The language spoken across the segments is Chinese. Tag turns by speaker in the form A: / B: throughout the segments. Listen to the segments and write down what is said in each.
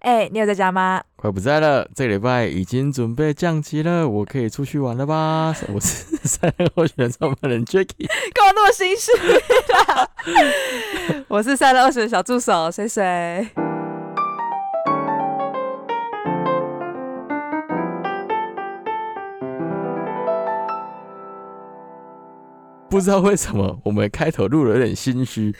A: 哎、你有在家吗？
B: 快不在了，这个礼拜已经准备降级了，我可以出去玩 了吧？我是三人候选人创办人 Jacky，
A: 干嘛那么心虚啊啦？ 我是三六二十的小助手水水。
B: 不知道为什么我们开头录了有点心虚，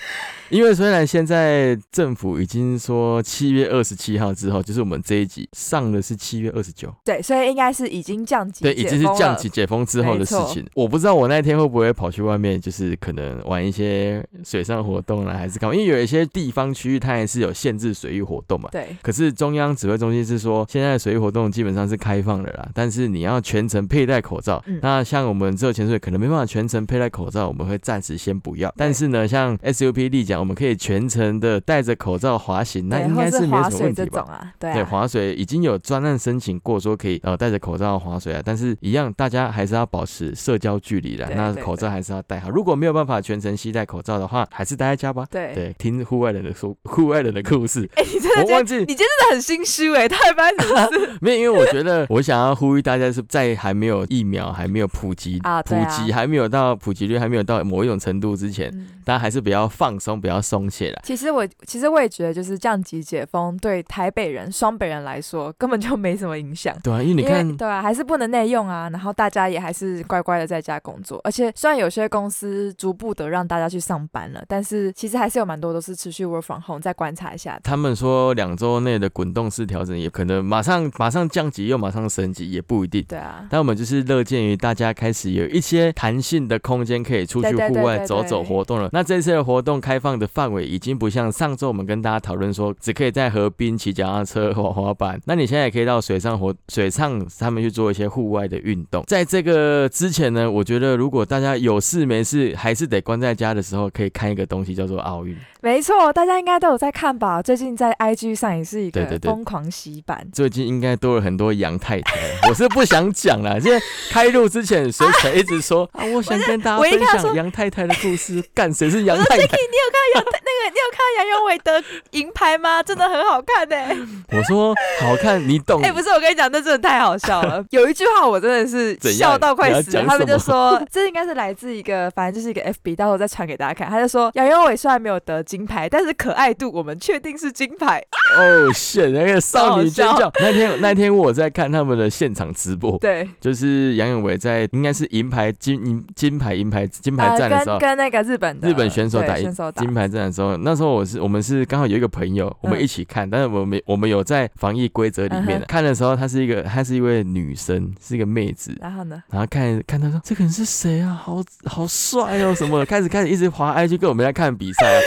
B: 因为虽然现在政府已经说七月二十七号之后，就是我们这一集上的是七月二十九，
A: 对，所以应该是已经降级，
B: 对，已经是降级。解封之后的
A: 没
B: 事
A: 错
B: 情。我不知道我那天会不会跑去外面，就是可能玩一些水上活动啦，还是干嘛？因为有一些地方区域它还是有限制水域活动嘛。
A: 对，
B: 可是中央指挥中心是说，现在的水域活动基本上是开放的啦，但是你要全程佩戴口罩。
A: 嗯
B: 那像我们这潜水可能没办法全程佩戴口罩，我们会暂时先不要。但是呢，像 SUP 立桨，我们可以全程的戴着口罩滑行，那
A: 对，
B: 应
A: 或
B: 该
A: 是
B: 没
A: 划
B: 有什么
A: 水
B: 问
A: 这
B: 题
A: 种
B: 吧？
A: 啊，对
B: 对，
A: 啊，
B: 划水已经有专案申请过，说可以呃戴着口罩划水啊，但是一样大家还是要保持社交距离啦。
A: 对
B: 那
A: 对
B: 口罩
A: 对
B: 还是要戴好。如果没有办法全程携带口罩的话，还是待在家吧。
A: 对
B: 对，听户外人的说户外人的 故事，
A: 哎、你真的
B: 我
A: 觉得
B: 忘记
A: 你真的很心虚哎、欸，他还发生什 么事？
B: 没有，因为我觉得我想要呼吁大家是在还没有疫苗还没有普及
A: 啊
B: 普
A: 对啊
B: 及还没有到普及率还没有到某一种程度之前，
A: 嗯
B: 大家还是不要放松，不要松懈啦。
A: 其实我其实我也觉得，就是降级解封对台北人、双北人来说根本就没什么影响。
B: 对啊，因为你
A: 因为
B: 看，
A: 对啊，还是不能内用啊。然后大家也还是乖乖的在家工作，而且虽然有些公司逐步的让大家去上班了，但是其实还是有蛮多都是持续 work from home，再观察一下。
B: 他们说两周内的滚动式调整，也可能马上马上降级又马上升级，也不一定。
A: 对啊，
B: 但我们就是乐见于大家开始有一些弹性的空间，可以出去
A: 对对对
B: 户外
A: 对对
B: 走走活动了。那这次的活动开放的范围已经不像上周我们跟大家讨论说，只可以在河滨骑脚踏车、滑滑板。那你现在也可以到水上活水上他们去做一些户外的运动。在这个之前呢，我觉得如果大家有事没事还是得关在家的时候，可以看一个东西叫做奥运。
A: 没错，大家应该都有在看吧？最近在 IG 上也是一
B: 对对
A: 个
B: 对
A: 疯狂洗版。
B: 最近应该多了很多杨太太，我是不想讲啦。现在开录之前，水水一 直说啊，我想跟大家
A: 我一
B: 分
A: 看
B: 享
A: 说
B: 杨太太的故事。干，谁是杨 太太？
A: 那个你有看杨永伟得银牌吗？真的很好看欸呢、
B: 我说好看，你懂
A: 哎、。不是，我跟你讲，那真的太好笑 了。有一句话我真的是
B: 怎样
A: 笑到快死
B: 你要
A: 了，
B: 讲
A: 他们
B: 什么
A: 就说 这应该是来自一个，反正就是一个 FB，到时候再传给大家看。他就说杨永伟虽然没有得金牌，但是可爱度我们确定是金 牌。
B: 哦，shit，那个少女尖
A: 好
B: 叫。那天那天我在看他们的现场直播，
A: 对，
B: 就是杨永伟在应该是银牌金银金牌银牌金牌战的时
A: 呃跟
B: 候。
A: 跟那个日本的
B: 日本选手打
A: 对选手打
B: 金牌战的时候，那时候我是我们是刚好有一个朋友，我们
A: 嗯
B: 一起看，但是我们没我们有在防疫规则里面、啊
A: 嗯哼
B: 看的时候，她是一个她是一位女生，是一个妹子，
A: 然后呢？
B: 然后看看他说这个人是谁啊，好好帅哦什么的，开始开始一直滑 IG 跟我们在看比 赛、啊。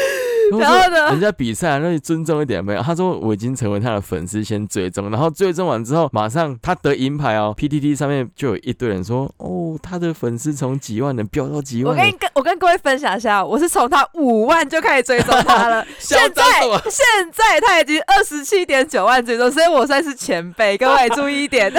A: 然后呢
B: 我说人家比赛、啊，那你尊重一点没有？他说我已经成为他的粉丝，先追踪，然后追踪完之后，马上他得银牌哦。PTT 上面就有一堆人说，哦，他的粉丝从几万人飙到几
A: 我
B: 万
A: 跟
B: 人
A: 你，跟我跟各位分享一下，我是从他五万就开始追踪他 了，
B: 嚣
A: 现在
B: 张啊什么？
A: 现在他已经二十七点九万追踪，所以我算是前辈，各位注意一点。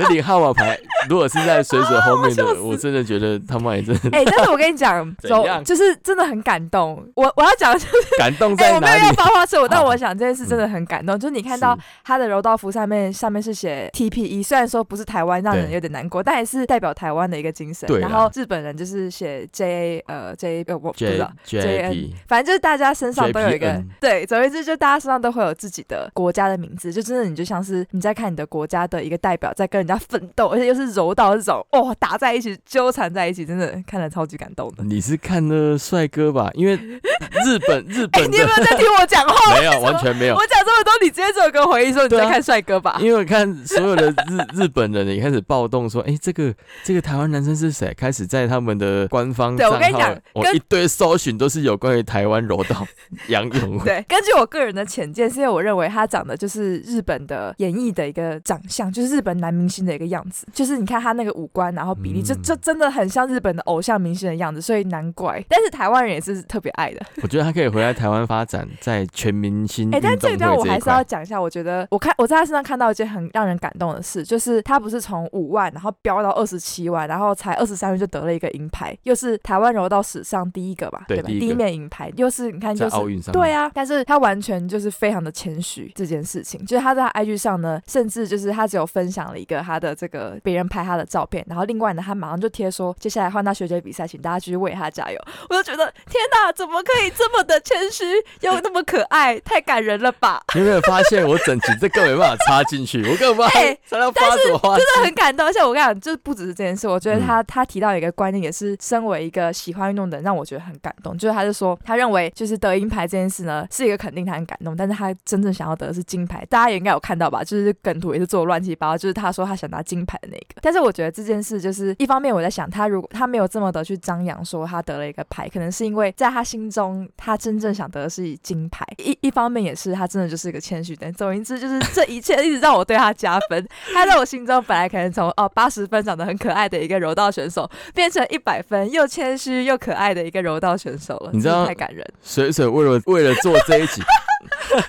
B: 那领号码牌，如果是在水手后面
A: 啊我笑
B: 的，
A: 死
B: 我真的觉得他妈也真的
A: 哎、但是我跟你讲，
B: 怎
A: 走
B: 样
A: 就是真的很感动。我我要讲的是，
B: 感动
A: 哎、
B: 在
A: 我没
B: 哪
A: 有
B: 里
A: 要？包花车， 我但
B: 好
A: 我想这件事真的很感动。就是你看到
B: 是
A: 他的柔道服上面上面是写 TPE，虽然说不是台湾，让人
B: 对
A: 有点难过，但也是代表台湾的一个精神
B: 对。啦
A: 然后日本人就是写 J 呃 J 呃我不知
B: J
A: 道。
B: J P
A: 反正就是大家身上都有一个
B: JPN
A: 对，总而言之，就大家身上都会有自己的国家的名字，就真的你就像是你在看你的国家的一个代表在跟人家奋斗，而且又是柔道这种，哦，打在一起纠缠在一起，真的看了超级感动的。
B: 你是看了帅哥吧？因为日本 日
A: 哎、
B: 本
A: 你有
B: 的
A: 哎没有在听我讲话？
B: 没有完 全没有，
A: 我讲这么多，你直接只有跟我回应说你
B: 对啊
A: 在看帅哥吧？
B: 因为我看所有的日日本人也开始暴动说，哎、这个这个台湾男生是谁？开始在他们的官方
A: 对
B: 账
A: 我
B: 号，
A: 跟你讲
B: 我
A: 跟
B: 一堆搜寻都是有关于台湾柔道 杨永伟。
A: 对，根据我个人的浅见，是因为我认为他长得就是日本的演艺的一个长相，就是日本男明星的一个样子，就是你看他那个五官，然后比例，就
B: 嗯
A: 就真的很像日本的偶像明星的样子，所以难怪。但是台湾人也是特别爱的。
B: 我觉得他可以回来台湾发展，在全明星运
A: 哎、
B: 动
A: 但
B: 会
A: 这一段我
B: 这
A: 还
B: 一
A: 是要
B: 块，
A: 讲一下，我觉得我看我在他身上看到一件很让人感动的事，就是他不是从五万然后飙到二十七万，然后才二十三岁就得了一个银牌，又是台湾柔道史上第一个吧，
B: 对
A: 吧？
B: 第一个
A: 第一面银牌，又是你看
B: 在
A: 就是
B: 奥运上
A: 对
B: 啊，
A: 啊，但是他完全就是非常的谦虚这件事情，就是他在他 IG 上呢，甚至就是他只有分享了一个他的这个别人拍他的照片，然后另外呢，他马上就贴说接下来换他学姐比赛，请大家继续为他加油。我就觉得天哪，怎么可以这么的谦虚又那么可爱，太感人了吧！
B: 你有没有发现我整集这个没办法插进去，我根本不知道
A: 哎
B: 他要发什么话题。
A: 真的很感动。而且我跟你讲，就是不只是这件事，我觉得他、他提到一个观念，也是身为一个喜欢运动的人，让我觉得很感动。就是他就说，他认为就是得银牌这件事呢，是一个肯定他很感动，但是他真正想要得的是金牌。大家也应该有看到吧？就是梗图也是做得乱七八糟，就是他说他想拿金牌的那个。但是我觉得这件事就是一方面我在想，他如果他没有这么的去张扬说他得了一个牌，可能是因为在他心中他真正想得的是金牌。一一方面也是他真的就是一个谦虚的人。总而言之，就是这一切一直让我对他加分。他在我心中本来可能从哦八十分长得很可爱的一个柔道选手，变成一百分又谦虚又可爱的一个柔道选手了，
B: 你知道
A: 真的太感人。
B: 水水为了为了做这一 集，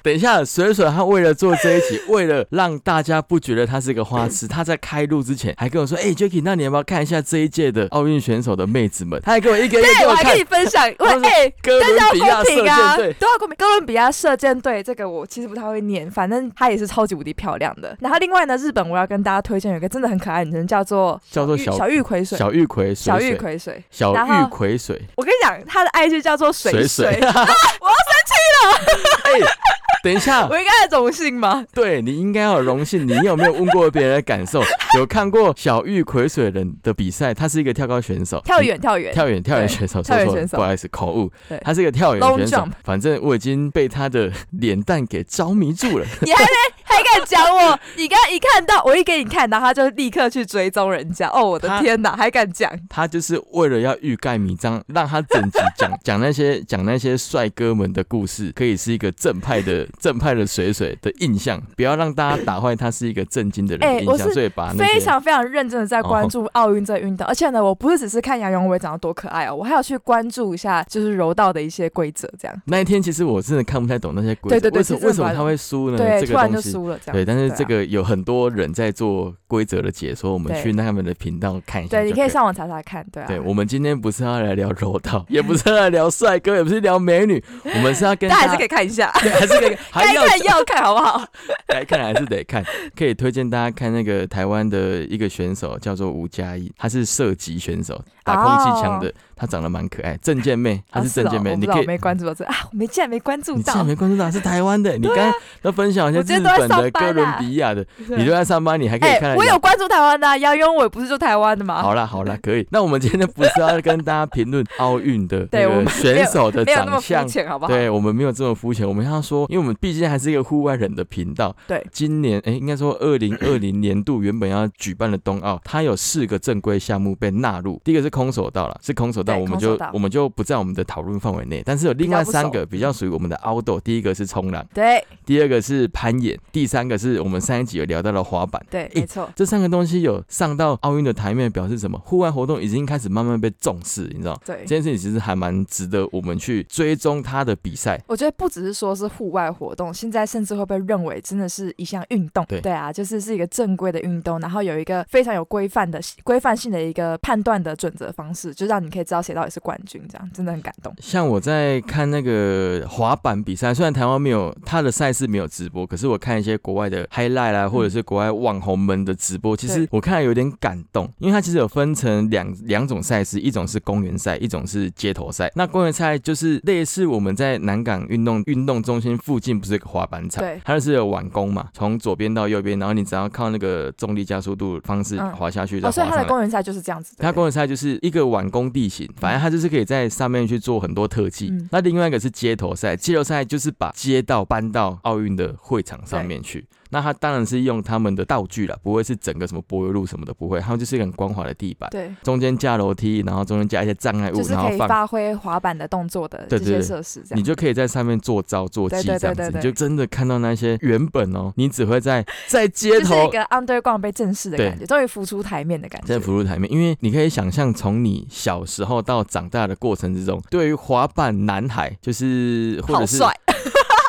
B: 等一下，水水他为了做这一集，为了让大家不觉得他是个花痴，他在开录之前还跟我说：“哎、j a c k i e 那你要不要看一下这一届的奥运选手的妹子们？”他还给我一个一个
A: 对，
B: 给
A: 我还
B: 看
A: 跟你。分享，我
B: 他说
A: 哎。
B: 哥
A: 但是
B: 伦比
A: 要
B: 亚
A: 公
B: 射
A: 平啊，
B: 箭队，
A: 都要公平。哥伦比亚射箭队这个我其实不太会念，反正她也是超级无敌漂亮的。然后另外呢，日本我要跟大家推荐有一个真的很可爱的女生，叫做
B: 叫做
A: 玉
B: 小
A: 小玉葵水，
B: 小玉葵水
A: 小玉
B: 水
A: 葵水。
B: 小
A: 然后
B: 玉葵水
A: 我跟你讲，她的 IG 叫做水
B: 水
A: 水。
B: 我要生气了！哎，等一下，
A: 我应该很荣幸吗？
B: 对你应该要有荣幸。你有没有问过别人的感受？有看过小玉葵水人的比赛？他是一个跳高选手，
A: 跳远，跳远，
B: 跳远跳远选手，
A: 跳
B: 说
A: 远
B: 错了，
A: 选手
B: 不好意思，口误
A: 对。
B: 他是一个跳
A: Long
B: 远选手
A: jump，
B: 反正我已经被他的脸蛋给着迷 住了。
A: 你还在还敢讲我？你刚一看到我一给你看，然后他就立刻去追踪人家。哦，我的
B: 他
A: 天哪，还敢讲？
B: 他就是为了要欲盖弥彰，让他整集讲 讲那些讲那些帅哥们的故事，可以是一个正派 的正派的水水的印象，不要让大家打坏他是一个正经的人
A: 哎
B: 的
A: 我
B: 印象，
A: 是
B: 所以把那
A: 非
B: 些。
A: 常非常认真的在关注奥运这运动，而且呢，我不是只是看杨永伟长得多可爱哦，我还要去关注一下就是柔道的一些规则，这样。
B: 那一天其实我真的看不太懂那些规则，
A: 对对对
B: 为什么
A: 是
B: 为什
A: 真
B: 么
A: 的不太懂
B: 他会输呢？
A: 对，
B: 嗯这
A: 突
B: 个
A: 然
B: 东
A: 就
B: 西。
A: 输了这样。
B: 对，但是
A: 对啊
B: 这个有很多人在做规则的解说，我们
A: 对
B: 去他们的频道看一下。
A: 对，你可以。上网查查看，对啊。
B: 对，我们今天不是要来聊柔道， 也不是要来聊帅哥，也不是聊美 女，我们是要跟
A: 大家还
B: 大
A: 是
B: 家
A: 可以看一下，
B: 对 还是可以，还
A: 该
B: 要
A: 看要看，好不好？
B: 该看还是得看。可以推荐大家看那个台湾的一个选手，叫做吴佳怡，她是射击选手，打空气枪的，她长得蛮可爱，证 件妹，她
A: 啊
B: 是
A: 哦
B: 证件妹，
A: 我不
B: 你
A: 知道
B: 可
A: 我
B: 以。
A: 没关注到这啊，我没竟然没关注
B: 你竟然
A: 到， 啊
B: 没关注到是台湾的，你刚刚都分享一些
A: 我今
B: 日
A: 天都在
B: 本的、
A: 上班
B: 哥
A: 啊
B: 伦比亚的，你都在上班，你还可以
A: 哎、
B: 看得了。
A: 我有啊关注台湾的、啊，杨永伟不是就台湾的吗？
B: 好啦好啦，可以。那我们今天不是要跟大家评论奥运的
A: 对
B: 那
A: 我
B: 个
A: 们
B: 选手的
A: 没有那么
B: 长
A: 肤
B: 相，
A: 浅，好不好？
B: 对我们没有这么肤浅，我们要说，因为我们毕竟还是一个户外人的频道。
A: 对，
B: 今年哎，应该说二零 二零年度原本要举办的冬奥，它有四个正规项目被纳入。第一个是空手道啦，是空手道，
A: 对
B: 我们
A: 空手
B: 就
A: 道嗯
B: 我们就不在我们的讨论范围内。但是有另
A: 比较
B: 外
A: 不
B: 三
A: 熟
B: 个比较属于我们的 outdoor，第一个是冲浪，
A: 对
B: 第二个是攀岩，第三个是我们上一集有聊到的滑板。
A: 对，
B: 哎
A: 没错。
B: 这三个东西有上到奥运的台面，表示什么？户外活动已经开始慢慢被重视，你知道？
A: 对
B: 这，件事情其实还蛮值得我们去追踪它的比赛。
A: 我觉得不只是说是户外活动，现在甚至会被认为真的是一项运动。
B: 对
A: 啊，就是是一个正规的运动，然后有一个非常有规范的规范性的一个判断的准则方式，就让你可以知道谁到底是冠军，这样真的很感动。
B: 像我在看那个滑板比赛，虽然台湾没有它的赛事没有直播，可是我看一些国外的 highlight 啦、或者是国外网红们的直播，其实
A: 嗯对
B: 我看了有点感动，因为它其实有分成两两种赛事，一种是公园赛，一种是街头赛。那公园赛就是类似我们在南港运动运动中心附近不是有个滑板场
A: 对，
B: 它就是有碗弓嘛，从左边到右边，然后你只要靠那个重力加速度方式
A: 嗯
B: 滑下去，再
A: 哦，
B: 滑
A: 所以
B: 上
A: 他
B: 来
A: 的。公园赛就是这样子的。
B: 它啊公园赛就是一个碗工地形，反正它就是可以在上面去做很多特技。
A: 嗯
B: 那另外一个是街头赛，街头赛就是把街道搬到奥运的会场上面去。那他当然是用他们的道具了，不会是整个什么柏油路什么的，不会，他们就是一个很光滑的地板，
A: 对，
B: 中间架楼梯，然后中间架一些障碍物，
A: 就是
B: 然后
A: 可以
B: 放
A: 发挥滑板的动作的
B: 对
A: 这
B: 对
A: 些
B: 对
A: 设施，这
B: 你
A: 样。
B: 就可以在上面做招做
A: 对
B: 鸡
A: 对
B: 这样
A: 对
B: 子，
A: 对
B: 你就真的看到那些原本哦，你只会在在街
A: 就是一
B: 头。
A: 个 underground 被正视的
B: 对
A: 感觉，终于浮出台面的感觉
B: 在。浮入台面，因为你可以想象，从你小时候到长大的过程之中，对于滑板男孩就是或
A: 好
B: 者是
A: 帅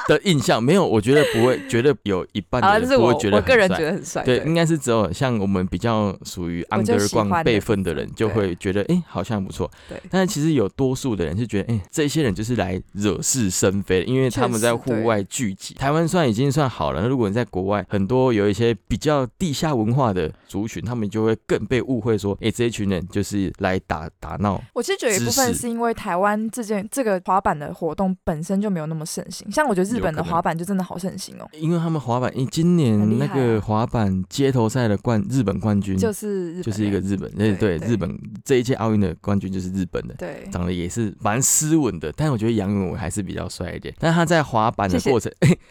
B: 的印象，没有，我觉得不会，绝对有一半
A: 啊！
B: 的
A: 这
B: 人
A: 是
B: 不
A: 我
B: 会觉得
A: 我个
B: 很
A: 人
B: 帅
A: 觉。得很帅。
B: 对，应该是只有像我们比较属于
A: 我就喜欢
B: underground
A: 的
B: 辈分的人，就会觉得哎、诶好像不错。
A: 对
B: 但是其实有多数的人是觉得，哎、这些人就是来惹是生非的，因为他们在
A: 确实
B: 户
A: 对
B: 外聚集。台湾算已经算好了，那如果你在国外，很多有一些比较地下文化的族群，他们就会更被误会说，哎、这一群人就是来打打闹。
A: 我其实觉得有一部分
B: 知识
A: 是因为台湾这件这个滑板的活动本身就没有那么盛行，像我觉得日本的
B: 有可能
A: 滑板就真的好盛行哦，
B: 因为他们滑板，诶今年
A: 很厉
B: 那
A: 害啊
B: 个滑板街头赛的冠日本冠军
A: 就是日本
B: 嗯就
A: 人
B: 是一个日本，
A: 对
B: 对对，
A: 对
B: 日本这一届奥运的冠军就是日本的，
A: 对
B: 长得也是蛮斯文的，但我觉得杨永伟还是比较帅一点。但他在滑板的
A: 谢谢
B: 过程，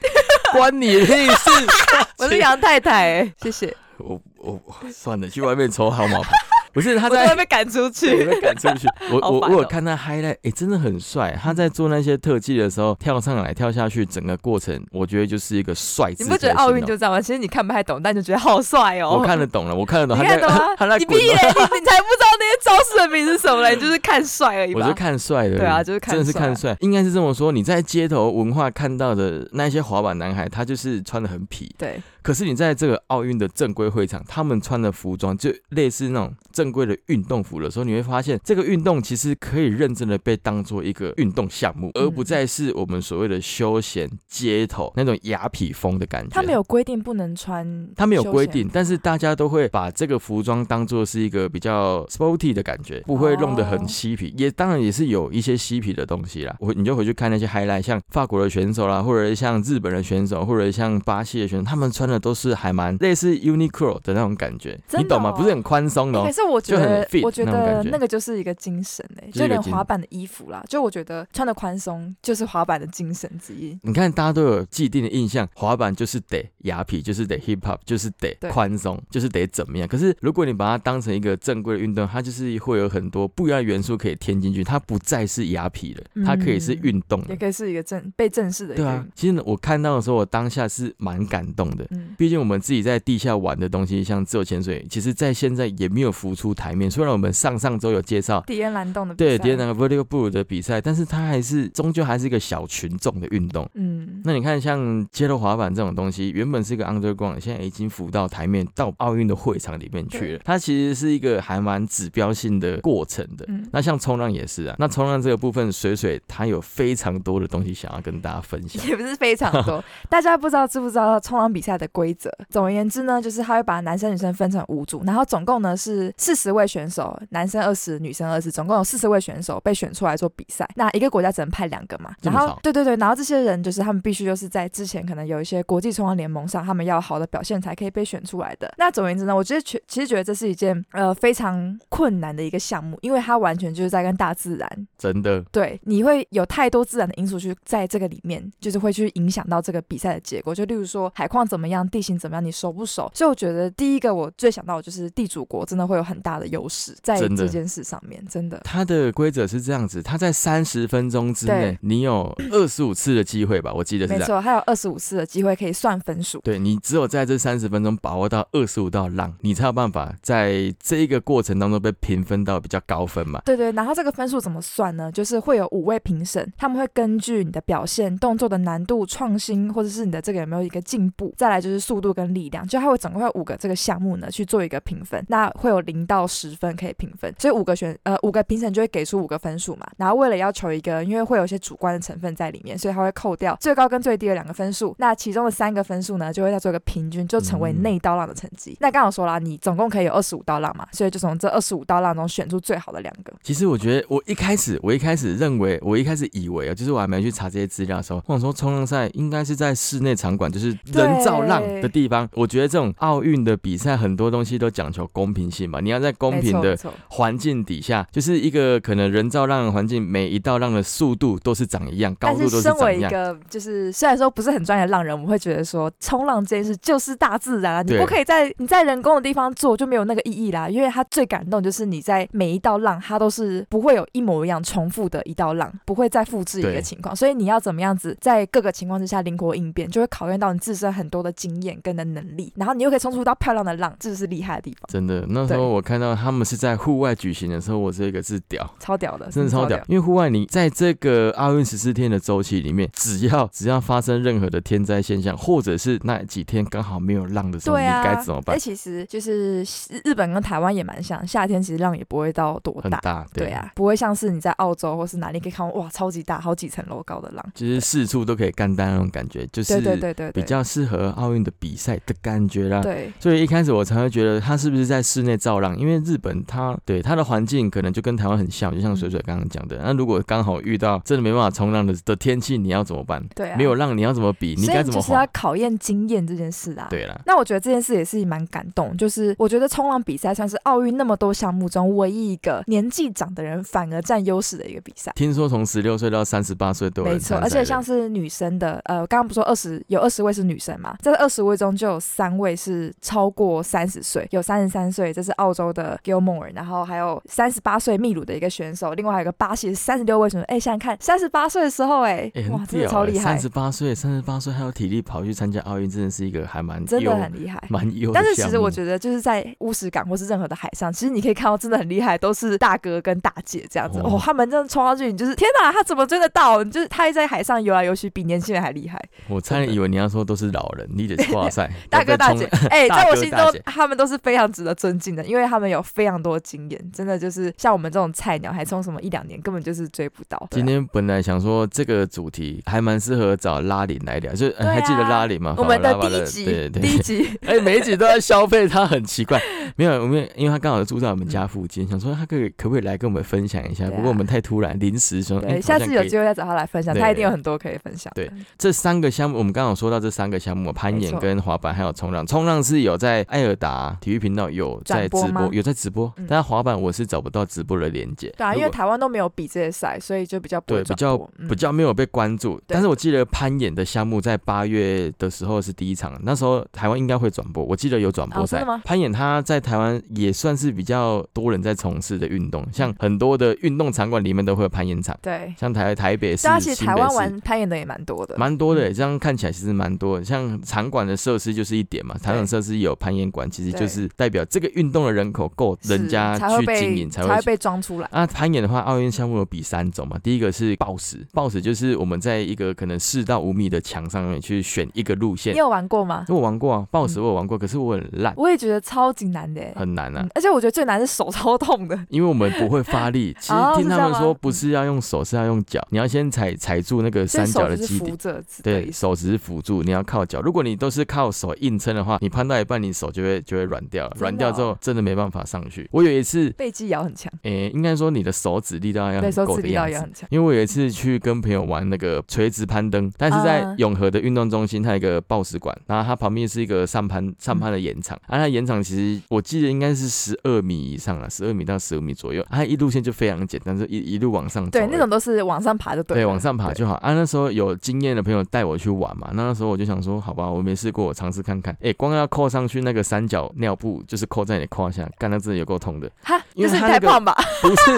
B: 关你屁事！
A: 我是杨太太、欸，谢谢，
B: 我我我算了，去外面抽号码牌。不是 他
A: 我都
B: 在
A: 会被赶出
B: 对
A: 去。
B: 被赶出去。我
A: 好
B: 我
A: 烦
B: 我有
A: 哦
B: 看他 highlight，哎、真的很帅。他在做那些特技的时候，跳上来跳下去，整个过程我觉得就是一个帅字
A: 你
B: 可以形
A: 不觉
B: 容。
A: 得奥运就这样吗？其实你看不太懂，但你就觉得好帅哦。
B: 我看得懂了，我看得懂。
A: 你
B: 他
A: 看
B: 在？
A: 懂吗
B: 他在
A: 你
B: 滚
A: 闭
B: 哦
A: 眼，你你才不知道那些招式的名字是什么嘞，你就是看帅而已吧。
B: 我就看帅的，
A: 对啊就是看
B: 真的是看
A: 帅
B: 帅，应该是这么说。你在街头文化看到的那些滑板男孩，他就是穿的很痞，
A: 对，
B: 可是你在这个奥运的正规会场，他们穿的服装就类似那种正规的运动服的时候，你会发现这个运动其实可以认真的被当做一个运动项目，而不再是我们所谓的休闲街头那种雅痞风的感觉。
A: 他没有规定不能穿，
B: 他没有规定，，但是大家都会把这个服装当做是一个比较 sporty 的感觉，不会弄得很嬉
A: 哦
B: 皮。也当然也是有一些嬉皮的东西啦。我你就回去看那些 highlight，像法国的选手啦，或者像日本的选手，或者像巴西的选手，他们穿的都是还蛮类似 Uniqlo 的那种感觉，
A: 真的哦
B: 你懂吗？不是很宽松的、
A: 可
B: 哦。
A: 是我觉
B: 就很
A: 得
B: fit，
A: 我觉
B: 那种
A: 得
B: 感觉
A: 那个就是一个精神诶、
B: 就是一
A: 就
B: 个
A: 连
B: 精
A: 滑板的衣服啦，就我觉得穿的宽松就是滑板的精神之一。
B: 你看，大家都有既定的印象，滑板就是得雅痞，就是得 hip hop，就是得
A: 对
B: 宽松，就是得怎么样。可是如果你把它当成一个正规的运动，它就是会有很多不一样的元素可以添进去，它不再是雅痞了，它可以是运动了。
A: 嗯也可以是一个正被正视的一
B: 嗯对啊
A: 个，，
B: 其实我看到的时候，我当下是蛮感动的。
A: 嗯，
B: 毕竟我们自己在地下玩的东西，像自由潜水，其实在现在也没有浮出台面。虽然我们上上周有介绍。
A: 迪恩蓝洞的比
B: 对，
A: 赛
B: 迪那个 vertical blue 的比赛，但是它还是终究还是一个小群众的运动。
A: 嗯，
B: 那你看，像街头滑板这种东西，原本是一个 underground，现在已经浮到台面，到奥运的会场里面去了。它其实是一个还蛮指标性的过程的。
A: 嗯
B: 那像冲浪也是啊，那冲浪这个部分，水水它有非常多的东西想要跟大家分 享。
A: 也不是非常多。大家不知道知不知道冲浪比赛的规则？总而言之呢，就是他会把男生女生分成五组，然后总共呢是四十位选手，男生二十，女生二十，总共有四十位选手被选出来做比赛。那一个国家只能派两个嘛，
B: 这
A: 然
B: 么
A: 后
B: 少
A: 对对对，然后这些人就是他们必须就是在之前可能有一些国际冲浪联盟上，他们要好的表现才可以被选出来的。那总而言之呢，我觉得其其实觉得这是一件呃非常困难的一个项目，因为它完全就是在跟大自然
B: 真的，
A: 对，你会有太多自然的因素去在这个里面，就是会去影响到这个比赛的结果。就例如说海况怎么样，地形怎么样，你熟不熟？所以我觉得第一个我最想到的就是地主国真的会有很大的优势在
B: 真的
A: 这件事上面，真的。
B: 它的规则是这样子，它在三十分钟之内
A: 对，
B: 你有二十五次的机会吧，我记得是
A: 没
B: 这样。
A: 错，还有二十五次的机会可以算分数。
B: 对你只有在这三十分钟把握到二十五道浪，你才有办法在这一个过程当中被评分到比较高分嘛。
A: 对对，然后这个分数怎么算呢？就是会有五位评审，他们会根据你的表现、动作的难度、创新，或者是你的这个有没有一个进步，再来就是速度跟力量，就它会总共会有五个这个项目呢去做一个评分。那会有零到十分可以评分，所以五个选呃五个评审就会给出五个分数嘛。然后为了要求一个，因为会有一些主观的成分在里面，所以它会扣掉最高跟最低的两个分数。那其中的三个分数呢，就会再做一个平均，就成为
B: 嗯
A: 内刀浪的成绩。那刚好说啦，你总共可以有二十五道浪嘛，所以就从这二十五道浪中选出最好的两个。
B: 其实我觉得，我一开始，我一开始认为，我一开始以为啊，就是我还没去查这些资料的时候，我想说冲浪赛应该是在室内场馆，就是人造浪的地方。我觉得这种奥运的比赛，很多东西都讲求公平性嘛，你要在公
A: 没
B: 平
A: 错
B: 的
A: 没错
B: 环境底下，就是一个可能人造浪的环境，每一道浪的速度都是长一样，高
A: 但
B: 度
A: 是
B: 都是
A: 身
B: 长
A: 为
B: 一
A: 一
B: 样。
A: 个就是虽然说不是很专业的浪人，我们会觉得说冲浪这件事就是大自然啊，你
B: 对
A: 不可以在你在人工的地方做就没有那个意义啦。因为它最感动就是你在每一道浪，它都是不会有一模一样重复的一道浪，不会再复制一
B: 对
A: 个情况，所以你要怎么样子在各个情况之下灵活应变，就会考验到你自身很多的经验跟的能力，然后你又可以冲出到漂亮的浪，这就是厉害的地方，
B: 真的，那时
A: 对
B: 候我看到他们是在户外举行的时候，我这个字屌，
A: 超屌的，
B: 真的超屌。因为户外你在这个奥运十四天的周期里面，只要只要发生任何的天灾现象，或者是那几天刚好没有浪的时候，
A: 对啊，
B: 你该怎么办
A: 哎，？其实就是日本跟台湾也蛮像，夏天其实浪也不会到多
B: 很
A: 大。
B: 大，
A: 对啊，不会像是你在澳洲或是哪里可以看到哇，超级大，好几层楼高的浪。
B: 就是四处都可以干单那种感觉，就是
A: 对对对对
B: 比
A: 对，
B: 较适合奥运的比赛的感觉啦。
A: 对
B: 所以一开始我才会觉得它是不是在室内造浪，因为日本它对它的环境可能就跟台湾很像，就像水水
A: 嗯
B: 刚刚讲的。那如果刚好遇到真的没办法冲浪的的天气，你要怎么办？
A: 对啊，
B: 没有浪你要怎么比？你
A: 所以
B: 该怎么
A: 就是
B: 划
A: 要？考验经验这件事啊。。
B: 对啦，
A: 那我觉得这件事也是蛮感动，就是我觉得冲浪比赛算是奥运那么多项目中唯一一个年纪长的人反而占优势的一个比赛。
B: 听说从十六岁到三十八岁都有
A: 没
B: 人
A: 错，
B: 参赛
A: 而且
B: 的
A: 像是女生的，呃，刚刚不是说二十有二十位是女生嘛，在这二十位中就有三位是超过三十岁，有三十三岁，这是澳洲的 Gilmore，然后还有三十八岁秘鲁的一个选手，另外还有一个巴西三十六位选手。哎，想想看，三十八岁的时候、
B: 哎、
A: 哎，哇
B: 很，
A: 真的
B: 屌、
A: 超厉害
B: 三，十八岁，三十八岁还有体力跑去参加奥运，真的是一个还蛮
A: 真的
B: 优
A: 很厉害。
B: 蛮优的项目。
A: 但是其实我觉得，就是在乌石港或是任何的海上，其实你可以看到真的很厉害，都是大哥跟大姐这样子。
B: 哦
A: 哦，他们这样冲上去，你就是天哪，他怎么追得到？你就是他在海上游来游去，比年轻人还厉害。，
B: 我差点以为你要说都是老人，你得是哇塞
A: 大哥大姐， 哎、
B: 大
A: 在我
B: 哥
A: 心
B: 大
A: 中
B: 姐
A: 他们都是非常值得尊敬的，因为他们有非常多经验，真的就是像我们这种菜鸟，还冲什么一两年，根本就是追不到。对啊
B: 今天本来想说这个主题还蛮适合找拉林来聊，就、呃
A: 对啊
B: 还记得拉林吗？
A: 我们的
B: 法拉巴
A: 第一集，
B: 对对
A: 第一
B: 对，
A: 集
B: 哎、每一集都在消费他，很奇怪。没有，我们因为他刚好住在我们家附近，想说他可以可不可以来跟我们分享一下？
A: 对啊
B: 不过我们太突然，临时说，哎、
A: 对，
B: 好
A: 下次
B: 像可
A: 有
B: 以
A: 机会再找他来分享，
B: 对
A: 他一定有很多可以分享的。
B: 对这三个项目，我们刚刚有说到这三个项目，攀
A: 没
B: 岩、
A: 错
B: 跟滑板还有冲浪。冲浪是有在艾尔达体育频道有在
A: 转
B: 直
A: 播吗
B: 播，有在直播，
A: 嗯
B: 但滑板我是找不到直播的连接。
A: 对啊，
B: 如
A: 因为
B: 果
A: 台湾都没有比这些赛，所以就比较不会
B: 对比
A: 转
B: 较
A: 播嗯
B: 比较没有被关注，但是我记得攀岩的项目在八月的时候是第一场，那时候台湾应该会转播，我记得有转播
A: 哦
B: 赛。
A: 真的吗
B: 攀岩它在台湾也算是比较多人在从事的运动，像很多的运动场馆里面都会有攀岩场，
A: 对。
B: 像台台北市
A: 对啊，、其
B: 新
A: 实
B: 北
A: 台湾
B: 市。
A: 玩攀岩的也蛮多的，嗯
B: 蛮多的，这样看起来其实蛮多的。像场馆的设施就是一点嘛，场馆设施有攀岩馆，其实
A: 对
B: 就是代表这个运动的人口够，
A: 是
B: 人家
A: 才会
B: 去经
A: 被
B: 营才
A: 会
B: 会
A: 被装出来。
B: 啊，攀岩的话，奥运项目有比三种嘛。第一个是抱石，抱石就是我们在一个可能四到五米的墙上面去选一个路线
A: 你。有玩过吗？
B: 我玩过啊，抱石我有玩过，可是我很烂，
A: 我也觉得超级难的欸、
B: 很难啊
A: 嗯，而且我觉得最难是手超痛的。
B: 因为我们不会发 力。其实
A: 哦
B: 听
A: 是这
B: 他
A: 样
B: 们
A: 吗
B: 说，不是要用手，是要用脚。你要先踩踩住那个
A: 所
B: 三
A: 以
B: 角
A: 手
B: 的
A: 就是
B: 基
A: 扶
B: 底。
A: 着自己的
B: 对
A: 意思，
B: 手只是辅助，你要靠脚。如果你都是靠手硬撑的话，你攀到一半，你手就会就会软掉了，
A: 真的
B: 软掉之后
A: 哦
B: 真的没办法上去。我有一次，
A: 背肌也要很强，
B: 诶、应该说你的手指力道要
A: 对
B: 很
A: 手
B: 够
A: 指
B: 的
A: 力道
B: 样
A: 也
B: 子。
A: 很强。
B: 因为我有一次去跟朋友玩那个垂直攀登，但是在
A: 啊
B: 永和的运动中心，它有一个报石馆，然后它旁边是一个上攀上
A: 嗯
B: 攀的岩场，啊，它岩场其实我记得应该是十二米以上了，十二米到十五米左右，啊它一路线就非常简单，就一一路往上走而
A: 对，
B: 已，
A: 那种都是往上爬就对了。
B: 对往上爬就好。啊，那时候有经验的朋友带我去玩嘛，那那时候我就想说，好吧，我没试过，我尝试看看。哎，光要扣上去那个三角尿布，就是扣在你的胯下，干到真的有 够痛的，
A: 哈，
B: 因
A: 就
B: 为
A: 是你
B: 它
A: 太
B: 那个
A: 胖吧？
B: 不是，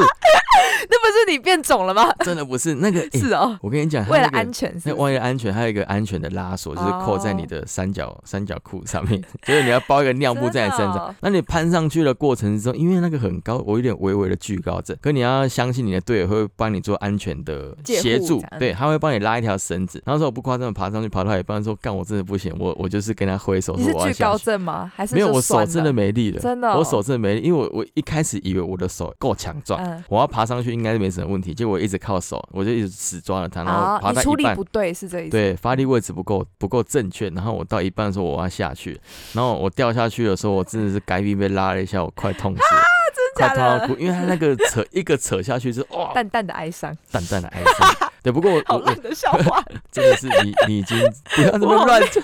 A: 那不是你变肿了吗？
B: 真的不是那个。诶
A: 是哦，
B: 我跟你讲，哎它
A: 为了
B: 那个
A: 安全是
B: 那
A: 不是。
B: 万一安全，还有一个安全的拉锁，就是
A: 哦
B: 扣在你的三角、三角裤上面， 就是你要包一个尿布在你身
A: 真的
B: 上
A: 哦。
B: 那你攀上去的过程中，因为那个很高，我有点微微的惧高症，可你要相信你的队友会帮你做安全的
A: 介护
B: 协助
A: 这，样
B: 对，他会帮你拉一条绳子。那时候我不夸张的爬上去，爬到一半说：“干，我真的不行，我我就是跟他挥手
A: 你
B: 说
A: 是
B: 我要
A: 惧
B: 下
A: 高
B: 去。”
A: 症吗？还是
B: 没有，
A: 就
B: 我
A: 酸
B: 手真的没力了，
A: 真的哦
B: 我手真的没力，因为我我一开始以为我的手够强壮，
A: 嗯，
B: 我要爬上去应该是没什么问题，结果我一直靠手，我就一直死抓着它，然后
A: 好，
B: 爬
A: 啊你
B: 到
A: 出
B: 一
A: 力
B: 半
A: 不，对是这意思。，
B: 对，发力位置不够不够正确，然后我到一半的时候我要下去，然后我掉下去的时候，我真的是该臂被拉了一下，我快痛死了，快
A: 假
B: 痛到
A: 啊的
B: 哭，因为他那个扯一个扯下去是哇，
A: 淡淡的哀伤，
B: 淡淡的哀伤。对，不过我
A: 好
B: 我我
A: 烂的笑话。
B: 真的是你你已经不要这么
A: 我好
B: 乱
A: 累
B: 讲。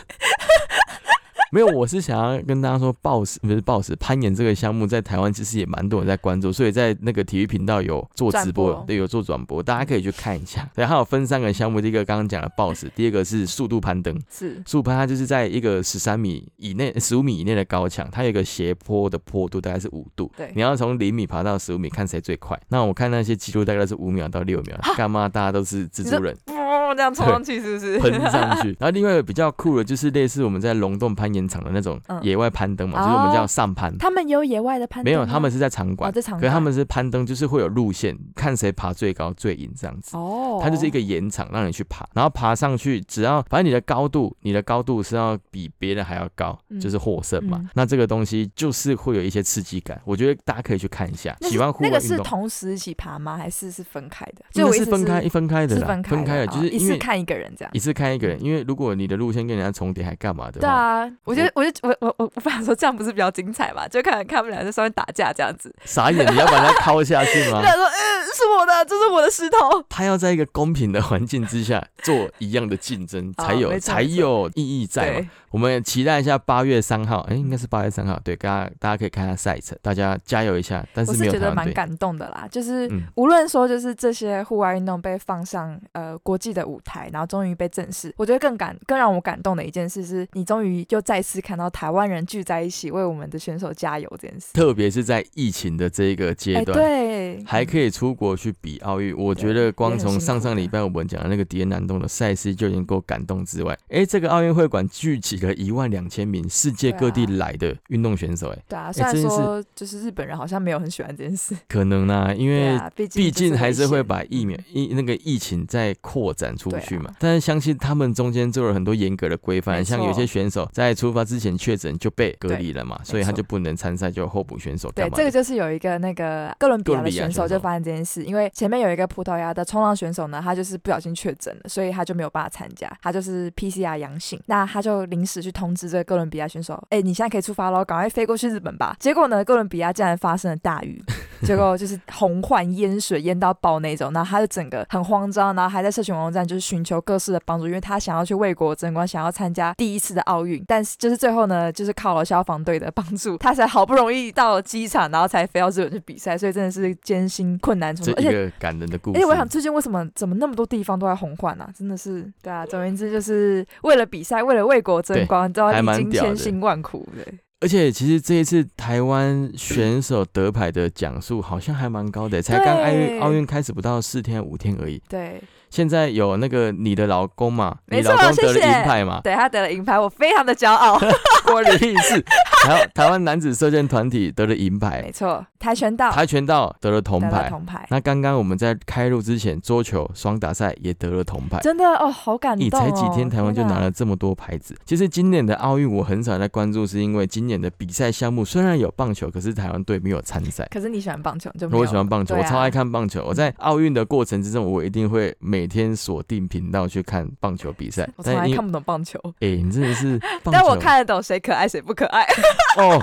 B: 没有，我是想要跟大家说，暴食不是暴食，攀岩这个项目在台湾其实也蛮多人在关注，所以在那个体育频道有做直
A: 转
B: 播
A: 播，
B: 对，有做转播，大家可以去看一下。对，还有分三个项目，第一个刚刚讲的暴食，第二个是速度攀登，
A: 是
B: 速攀它就是在一个十三米以内、十五米以内的高墙，它有一个斜坡的坡度，大概是五度。
A: 对
B: 你要从零米爬到十五米，看谁最快。那我看那些记录大概是五秒到六秒，干嘛大家都是蜘蛛人
A: 不哦这样冲上去是不是？
B: 喷 上去？然后另外一个比较酷的，就是类似我们在龙洞攀岩场的那种
A: 嗯
B: 野外攀登嘛，就是我们叫
A: 哦
B: 上攀。
A: 他们也有野外的攀登吗，
B: 没有，他们是在场
A: 哦
B: 馆，
A: 在场馆，
B: 可是他们是攀登，就是会有路线，看谁爬最高最赢这样子。
A: 哦，
B: 它就是一个延长，让你去爬，然后爬上去，只要反正你的高度，你的高度是要比别人还要高，
A: 嗯
B: 就是获胜嘛。
A: 嗯
B: 那这个东西就是会有一些刺激感，我觉得大家可以去看一下。
A: 那是
B: 喜欢户外
A: 那个
B: 运
A: 是
B: 动，
A: 同时一起爬吗？还是是分开的？
B: 因
A: 我
B: 为
A: 意
B: 是
A: 思
B: 分开一分开的
A: 是
B: 啦，
A: 分开
B: 分开的，
A: 哦
B: 就是
A: 一
B: 因
A: 次
B: 为
A: 看一个人这样
B: 一。次看一个人，因为如果你的路线跟人家重叠还干嘛的
A: 对
B: 话，
A: 啊，我觉得，我就我我我无法说这样不是比较精彩嘛？就看看他们俩在上面打架这样子，
B: 傻眼，你要把它敲下去
A: 他
B: 吗？
A: 说：“嗯，是我的，这是我的石头。
B: 他要在一个公平的环境之下做一样的竞争，
A: 哦
B: 才有
A: 没错
B: 才
A: 没错
B: 有意义”在嘛
A: 对。，
B: 我们期待一下八月三号，哎、应该是
A: 嗯
B: 八月三号，对，大家大家可以看一下赛程，大家加油一下。但
A: 我
B: 没
A: 是
B: 有
A: 觉
B: 台
A: 得
B: 湾
A: 蛮
B: 队，
A: 感动的啦。就是
B: 嗯
A: 无论说就是这些户外运动被放上呃国际的舞台，然后终于被正视，我觉得更感更让我感动的一件事是，你终于又再次看到台湾人聚在一起为我们的选手加油这件事。
B: 特别是在疫情的这个阶
A: 哎，
B: 段。
A: 对，
B: 还可以出国去比奥运，我觉得光从上上礼拜我们讲的那个迪恩南洞的赛事就已经够感动之外，哎、这个奥运会馆聚集了一万两千名世界各地
A: 对啊
B: 来的运动选手、哎、
A: 对啊，虽
B: 这
A: 然
B: 件事
A: 说就是日本人好像没有很喜欢这件事，
B: 可能啊，因
A: 对
B: 为
A: 啊，毕竟
B: 毕
A: 毕
B: 竟还是会把疫苗疫那个疫情再扩展出去嘛
A: 嗯对，啊
B: 但是相信他们中间做了很多严格的规范，
A: 没错
B: 像有些选手在出发之前确诊就被隔离了嘛，所以他就不能参赛，就候补选手干
A: 对，
B: 嘛
A: 这
B: 的？
A: 个就是有一个那个哥伦比亚
B: 哥伦
A: 的
B: 比亚
A: 选
B: 选手
A: 手就发生这件事，因为前面有一个葡萄牙的冲浪选手呢，他就是不小心确诊了，所以他就没有办法参加，他就是 PCR 阳性，那他就临时去通知这个哥伦比亚选手，哎，你现在可以出发喽，赶快飞过去日本吧。结果呢，哥伦比亚竟然发生了大雨， 结果就是洪患淹水淹到爆那种，然后他就整个很慌张，然后还在社群网站就是寻求各式的帮助，因为他想要去为国争光，想要参加第一次的奥运，但是就是最后呢，就是靠了消防队的帮助，他才好不容易到了机场，然后才飞到日本去比赛，所以真的是艰辛困难重
B: 这
A: 重，而
B: 一
A: 且。
B: 个感人的故
A: 而
B: 事
A: 且。我想，最近为什么怎么那么多地方都在洪患啊？真的是，对啊，总而言之，就是为了比赛，为了为国争光，都要
B: 还
A: 历
B: 蛮
A: 经
B: 屌的
A: 千辛万苦。对，
B: 而且其实这一次台湾选手得牌的讲述好像还蛮高的，才刚奥运
A: 对
B: 奥运开始不到四天五天而已，
A: 对，
B: 现在有那个你的老公嘛，你
A: 没错
B: 老公得了
A: 谢谢
B: 银牌嘛，
A: 对他得了银牌，我非常的骄傲。
B: 关你屁事！然后台湾男子射箭团体得了银牌
A: 没，错，跆拳道
B: 跆拳道得了铜
A: 得了
B: 牌。
A: 铜牌，
B: 那刚刚我们在开录之前，桌球双打赛也得了铜牌。
A: 真的哦，好感动、
B: 你
A: 哦！
B: 才几天，台湾就
A: 天哪
B: 拿了这么多牌子。其实今年的奥运我很少在关注，是因为今年的比赛项目虽然有棒球，可是台湾队没有参赛。
A: 可是你喜欢棒球，你就没有
B: 我喜欢棒球，
A: 对
B: 我
A: 啊
B: 超爱看棒球。我在奥运的过程之中，我一定会每天锁定频道去看棒球比赛。
A: 我从
B: 但
A: 来
B: 因
A: 看不懂棒球，
B: 哎、你真的是棒球，
A: 但我看得懂谁可爱谁不可 爱。哎
B: 哦，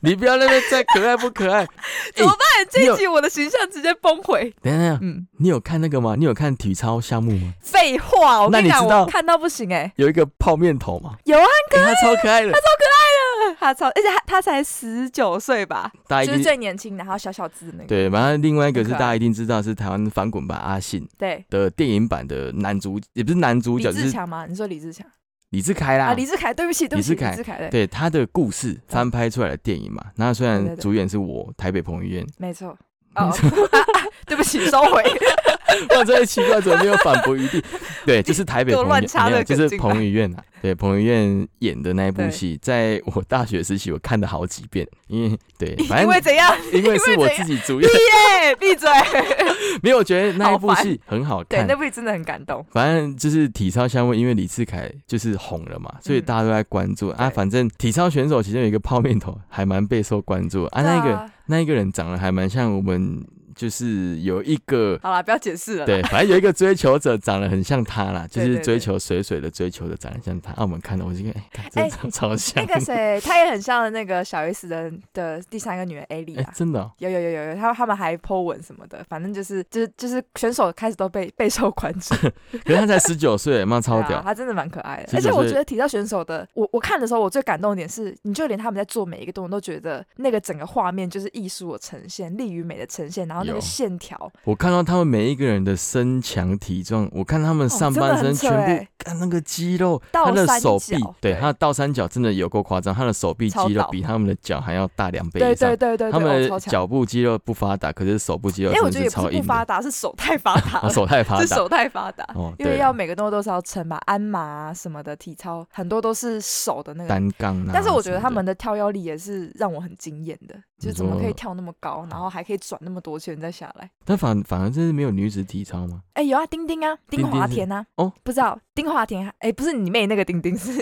B: 你不要那边再可爱不可爱。
A: 怎么
B: 办？你
A: 这
B: 有
A: 一集我的形象直接崩毁。
B: 等一下等一下，
A: 嗯，
B: 你有看那个吗？你有看体操项目吗？
A: 废话，我
B: 那
A: 跟
B: 你
A: 讲，
B: 知道
A: 我看到不行哎、
B: 有一个泡面头嘛，
A: 有啊，
B: 哎、他超可爱的，
A: 他超，而且他他才十九岁吧，
B: 大家
A: 就
B: 一
A: 是
B: 定
A: 最年轻，然后小小只的那个。
B: 对，反正另外一个是
A: 很可
B: 大
A: 爱
B: 家一定知道是台湾翻滚吧阿信
A: 对，
B: 的电影版的男主，也不是男主
A: 李
B: 角，就
A: 志
B: 是
A: 强吗？你说李志强
B: 李志凯
A: 啊？
B: 啦
A: 李。志凯，对不起，对不起，
B: 李志凯
A: 李志凯，对，
B: 对他的故事翻拍出来的电影嘛，那虽
A: 对
B: 然
A: 对对
B: 主演是我台北彭于晏，
A: 没错。哦， 对不起，收回。
B: 哇，真的奇怪，怎么没有反驳余地？对，就是台北
A: 给我
B: 彭于
A: 乱
B: 晏
A: 插
B: 没有，
A: 那个
B: 就
A: 梗
B: 是
A: 进
B: 彭
A: 来
B: 于晏啊。对，彭于晏演的那一部戏，在我大学时期我看了好几遍，因为对，反
A: 因为
B: 正
A: 怎 样？
B: 因为是
A: 因为
B: 我
A: 怎
B: 自
A: 样
B: 己主演，
A: 耶，闭嘴！
B: 没有我觉得那一
A: 好
B: 部
A: 烦
B: 戏很好
A: 对，
B: 看
A: 那。部真的很感动。
B: 反正就是体操项目，因为李志凯就是红了嘛，所以
A: 嗯
B: 大家都在关注啊。
A: 对
B: 反正体操选手其中有一个泡面头，还蛮备受关注啊。那一
A: 对
B: 个那一个人长得还蛮像我们就是有一 个
A: 好啦，不要解释了啦。
B: 对，反正有一个追求者长得很像他啦，就
A: 对
B: 是
A: 对对
B: 追求水水的追求者长得像他。啊，我们看到我这个，哎、看
A: 哎
B: 真的 超像
A: 那，个谁，他也很像那个小 S 的的第三个女儿 A 莉
B: 哎、
A: 啊。
B: 真的、哦，
A: 有有有有有，他他们还 po 文什么的，反正就是就是就是选手开始都被备受关注，
B: 可是他才十九岁，妈超
A: 对啊
B: 屌。
A: 他真的蛮可爱的。
B: 其
A: 而
B: 实
A: 且
B: 就
A: 我
B: 是
A: 觉得提到选手的，我我看的时候，我最感动的点是，你就连他们在做每一个动作，都觉得那个整个画面就是艺术的呈现，力与美的呈现，然后那
B: 有
A: 个线条，
B: 我看到他们每一个人的身强体壮，我看他们上半身
A: 哦
B: 全
A: 真的很扯
B: 部
A: 哎，
B: 看那个肌肉，
A: 倒
B: 他的
A: 三
B: 手臂
A: 角，
B: 对
A: 对
B: 他的倒三角真的有够夸张，他的手臂
A: 超
B: 肌肉
A: 倒
B: 比他们的脚还要大两倍
A: 对
B: 以上
A: 对。对对对，
B: 他们
A: 哦
B: 的
A: 超强。
B: 脚部肌肉不发达，可是手部肌肉
A: 因为我
B: 真
A: 觉得也
B: 的
A: 不
B: 超
A: 是
B: 硬
A: 不
B: 的，
A: 发达，是手太发达
B: 啊
A: 了，
B: 手太发
A: 是
B: 达。
A: 手太发达。
B: 哦，
A: 因为
B: 对
A: 要
B: 了，
A: 每个动作都是要撑嘛，鞍马啊什么的，体操很多都是手的那个。
B: 单杠啊。
A: 但是我觉得他
B: 什么的
A: 们的跳腰力也是让我很惊艳的，就是怎么可以跳那么高，然后还可以转那么多圈再下来。
B: 但反反而这是没有女子体操吗？
A: 哎、有啊，丁丁啊，
B: 丁
A: 华田啊，
B: 哦，
A: 不知道丁华田，哎、不是你妹那个丁丁 是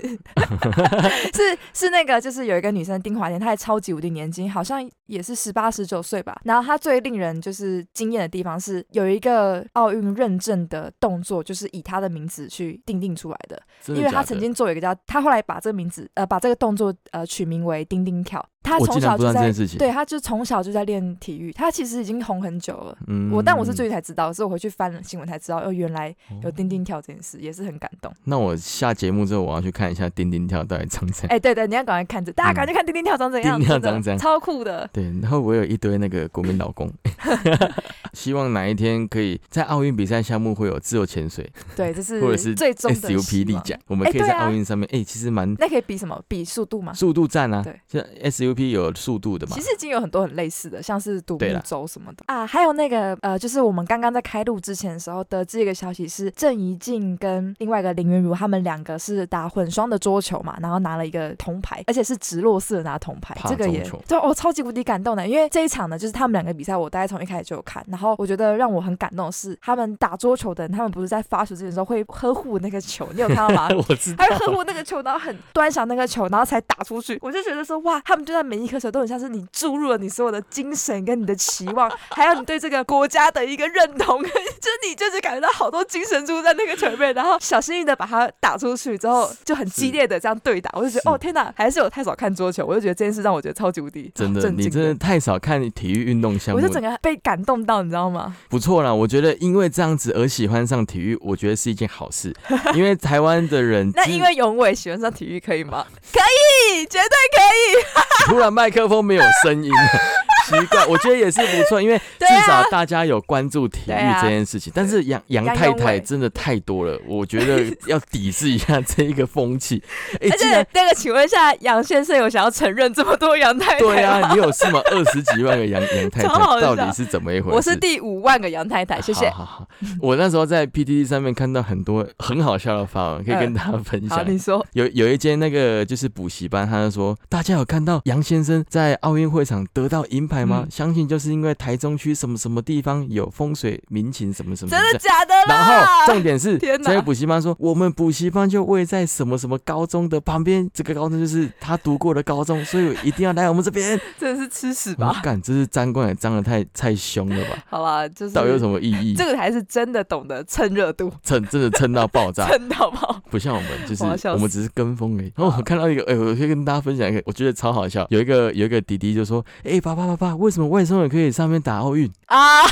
A: 是是那个，就是有一个女生丁华田，她也超级无敌年轻，好像也是十八十九岁吧。然后她最令人就是惊艳的地方是有一个奥运认证的动作，就是以她的名字去定定出来的。
B: 真的
A: 因为
B: 假
A: 他
B: 的
A: 曾经做一个叫他后来把这个名字呃把这个动作呃取名为丁丁跳，他
B: 我
A: 从
B: 竟然
A: 小
B: 不知
A: 就
B: 道这
A: 在
B: 件事情。
A: 对，他就从小就在练体育，他其实已经红很久了。
B: 嗯
A: 我但我是最近才知道，是我回去翻了新闻才知道，哦，原来有丁
B: 哦。
A: 丁跳这件事，也是很感动。
B: 那我下节目之后，我要去看一下丁丁跳到底长怎样。
A: 哎，对对，你要赶快看着，大家赶快看丁丁跳长怎样，
B: 丁丁嗯跳
A: 真的
B: 长怎样
A: 超酷的。
B: 对，然后我有一堆那个国民老公， 希望哪一天可以在奥运比赛项目会有自由潜水
A: 对，这
B: 或者是
A: 是最终的
B: SUP
A: 希
B: 立
A: 望
B: 桨，我们
A: 哎
B: 可以在
A: 对啊
B: 奥运上面，哎、其实蛮
A: 那可以比什么？比速度吗？
B: 速度战啊
A: 对，
B: 像 SUP 有速度的嘛
A: 其，实已经有很多很类似的，像是独
B: 对
A: 木
B: 啦
A: 舟什么的啊，还有那个呃，就是我们刚刚在开录之前的时候得知一个消息是郑怡静跟另外一个林云儒他们两个是打混双的桌球嘛，然后拿了一个铜牌，而且是直落式的拿铜牌，
B: 怕
A: 这个
B: 中
A: 也
B: 球？
A: 对我、超级无敌感动的，因为这一场呢，就是他们两个比赛，我大概从一开始就有看，然后我觉得让我很感动的是，他们打桌球的人，他们不是在发球之前的时候会呵护那个球，你有看到吗
B: 我知道
A: 还，会呵护那个球，然后很端详那个球，然后才打出去。我就觉得说，哇，他们就在每一颗球都很像是你注入了你所有的精神跟你的期望，还有你对这个国家的一个认同， 跟就是你就是感觉到好多精神注入在那个球里面，然后小心翼翼的把它打出去之后，就很激烈的这样对打。我就觉
B: 是
A: 得，哦天哪，还是有太少看桌球，我就觉得这件事让我觉得超级无敌
B: 真的，
A: 震
B: 你
A: 惊
B: 真的。太少看体育运动项
A: 我
B: 目
A: 就，整个被感动到，你知道吗？
B: 不错啦，我觉得因为这样子而喜欢上体育，我觉得是一件 好事，因为台湾的人
A: 那
B: 之
A: 因为永伟喜欢上体育可以吗？可以，绝对可以。
B: 突然麦克风没有声 音了，奇怪，我觉得也是不错，因为至
A: 对啊
B: 少大家有关注体
A: 对
B: 育
A: 啊
B: 这件事情。但是杨杨
A: 杨
B: 太
A: 永
B: 太
A: 伟
B: 真的太多了，我觉得要抵制一下这一个 风气。哎、
A: 而
B: 竟
A: 且
B: 然
A: 那个，请问一下，杨先生有想要承认这么多杨太太吗？
B: 对 啊，你有 事吗？二十几万个杨杨太太
A: 超好笑
B: 到底是怎么一回事？
A: 我是第五万个杨太太，谢谢。
B: 好好好，我那时候在 PTT 上面看到很多很好笑的发文，可以跟大家分
A: 嗯好，
B: 享。
A: 你说
B: 有有一间那个就是补习班，他就说大家有看到杨先生在奥运会场得到银牌吗？
A: 嗯
B: 相信就是因为台中区什么什么地方有风水民情什么什么
A: 真的
B: 这样
A: 假的
B: 然后
A: 啦？
B: 重点是，
A: 天哪
B: 这位补习班说，我们补习班就位在什么什么高中的旁边，这个高中就是他读过的高中，所以一定要来我们这边。
A: 真的 是吃屎
B: 我
A: 吧？
B: 感这是张冠也张的太太凶了 吧？
A: 好啦，就是
B: 到底有什么意义？
A: 这个才是真的懂得蹭热度，
B: 蹭真的蹭到爆 炸，
A: 蹭到 爆。
B: 不像 我们，就是
A: 我要笑
B: 我们
A: 死
B: 只是跟风而 已。然后我看到一个，哎、我可以跟大家分享一个，我觉得超好笑。有一个有一个弟弟就说：“哎、爸爸爸爸，为什么外送也可以上面打奥运
A: 啊！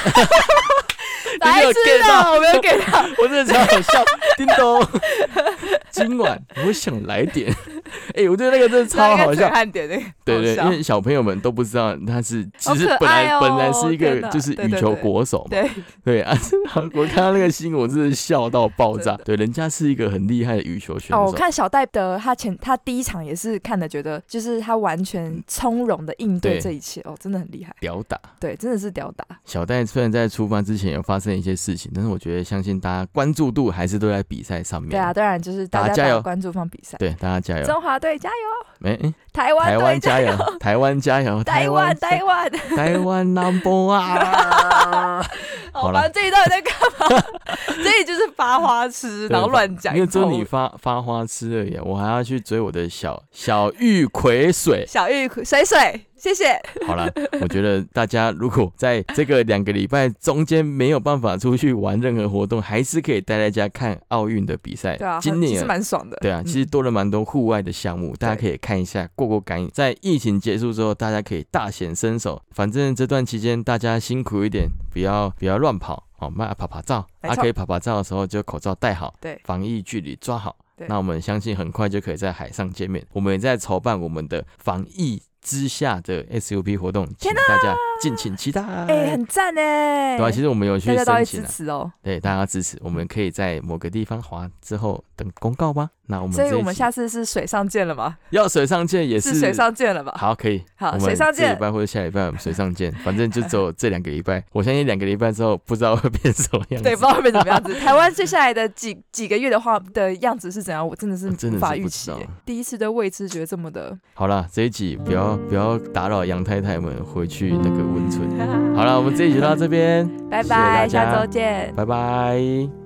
A: 白
B: 有
A: 痴
B: get
A: 啊！
B: 到
A: 我没有给他，？”
B: 我真的超好笑，叮咚。 今晚我想来点， 哎、我觉得那个真的超好笑。
A: 看点那个，
B: 对对，
A: 好
B: 因
A: 笑
B: 为小朋友们都不知道他是，只是
A: 好可
B: 本来、
A: 爱哦
B: 本来是一个
A: 天哪
B: 就是
A: 对
B: 羽
A: 对
B: 球
A: 对
B: 国手嘛，
A: 对
B: 对啊，我看到那个新闻，我真的笑到爆炸
A: 真。的
B: 对，人家是一个很厉害的羽球选手。
A: 哦，我看小戴的他前他第一场也是看的，觉得就是他完全从容的应
B: 对
A: 对这一切，哦，真的很厉害，
B: 屌打
A: 对，真的是屌打。
B: 小戴虽然在出发之前有发生一些事情，但是我觉得相信大家关注度还是都在比赛上面。
A: 对啊，当然就是
B: 大
A: 大
B: 家加
A: 家
B: 油
A: 把关注放比赛，
B: 对，大家加油！
A: 中华队加油！
B: 没、诶
A: 台
B: 台
A: 湾
B: 湾
A: 队
B: 加
A: 加油，
B: 油，台湾加 油，
A: 台湾台湾。
B: 台湾 number one。好
A: 好
B: 啦
A: 吧，这一段在干嘛？ 这里就是发花 痴，然后乱讲一
B: 因为
A: 通。。
B: 只有你发发花痴而已啊，我还要去追我的小小玉葵水
A: 小玉水水，谢谢。
B: 好了，我觉得大家如果在这个两个礼拜中间没有办法出去玩任何活动，还是可以待在家看奥运的比赛。
A: 对啊，
B: 今
A: 其实
B: 年
A: 蛮爽的。
B: 对啊，
A: 嗯
B: 其实多了蛮多户外的项目，大家可以看一下，过过感瘾。在疫情结束之后，大家可以大显身手。反正这段期间大家辛苦一点，不要不要乱跑，好、哦，慢慢爬爬照。
A: 没
B: 啊，
A: 错
B: 可以爬爬照的时候就口罩戴好，
A: 对
B: 防疫距离抓好。
A: 对
B: 那我们相信很快就可以在海上见面。我们也在筹办我们的防疫之下的 SUP 活动，请大家敬请期待。
A: 哎，很赞哎。
B: 对啊，其实我们有去
A: 大家都
B: 申
A: 会
B: 请
A: 支
B: 啊，
A: 持哦，
B: 对大家支持，我们可以在某个地方滑之后等公告吧。那我们
A: 所以
B: 这一
A: 我们
B: 集
A: 下次是水上见了吗？
B: 要水上见也
A: 是水上见了吧？
B: 好，可以。
A: 好
B: 我们
A: 水上见
B: 这礼拜或者下礼拜我们水上见，反正就只有这两个礼拜。我相信两个礼拜之后，不知道会变什么样子。
A: 对，不知道会变怎么样 子。台湾接下来的几几个月的话的样子是怎样，我真的是
B: 我真的
A: 无
B: 是
A: 法
B: 不
A: 预
B: 知
A: 期
B: 道
A: 耶。第一次对未知觉得这么的，
B: 好啦，这一集不要不要打扰杨太太们回去那个温存。好了，我们这一集就到这边，
A: 拜
B: 谢谢大
A: 拜，
B: 家
A: 下周见。
B: 拜拜。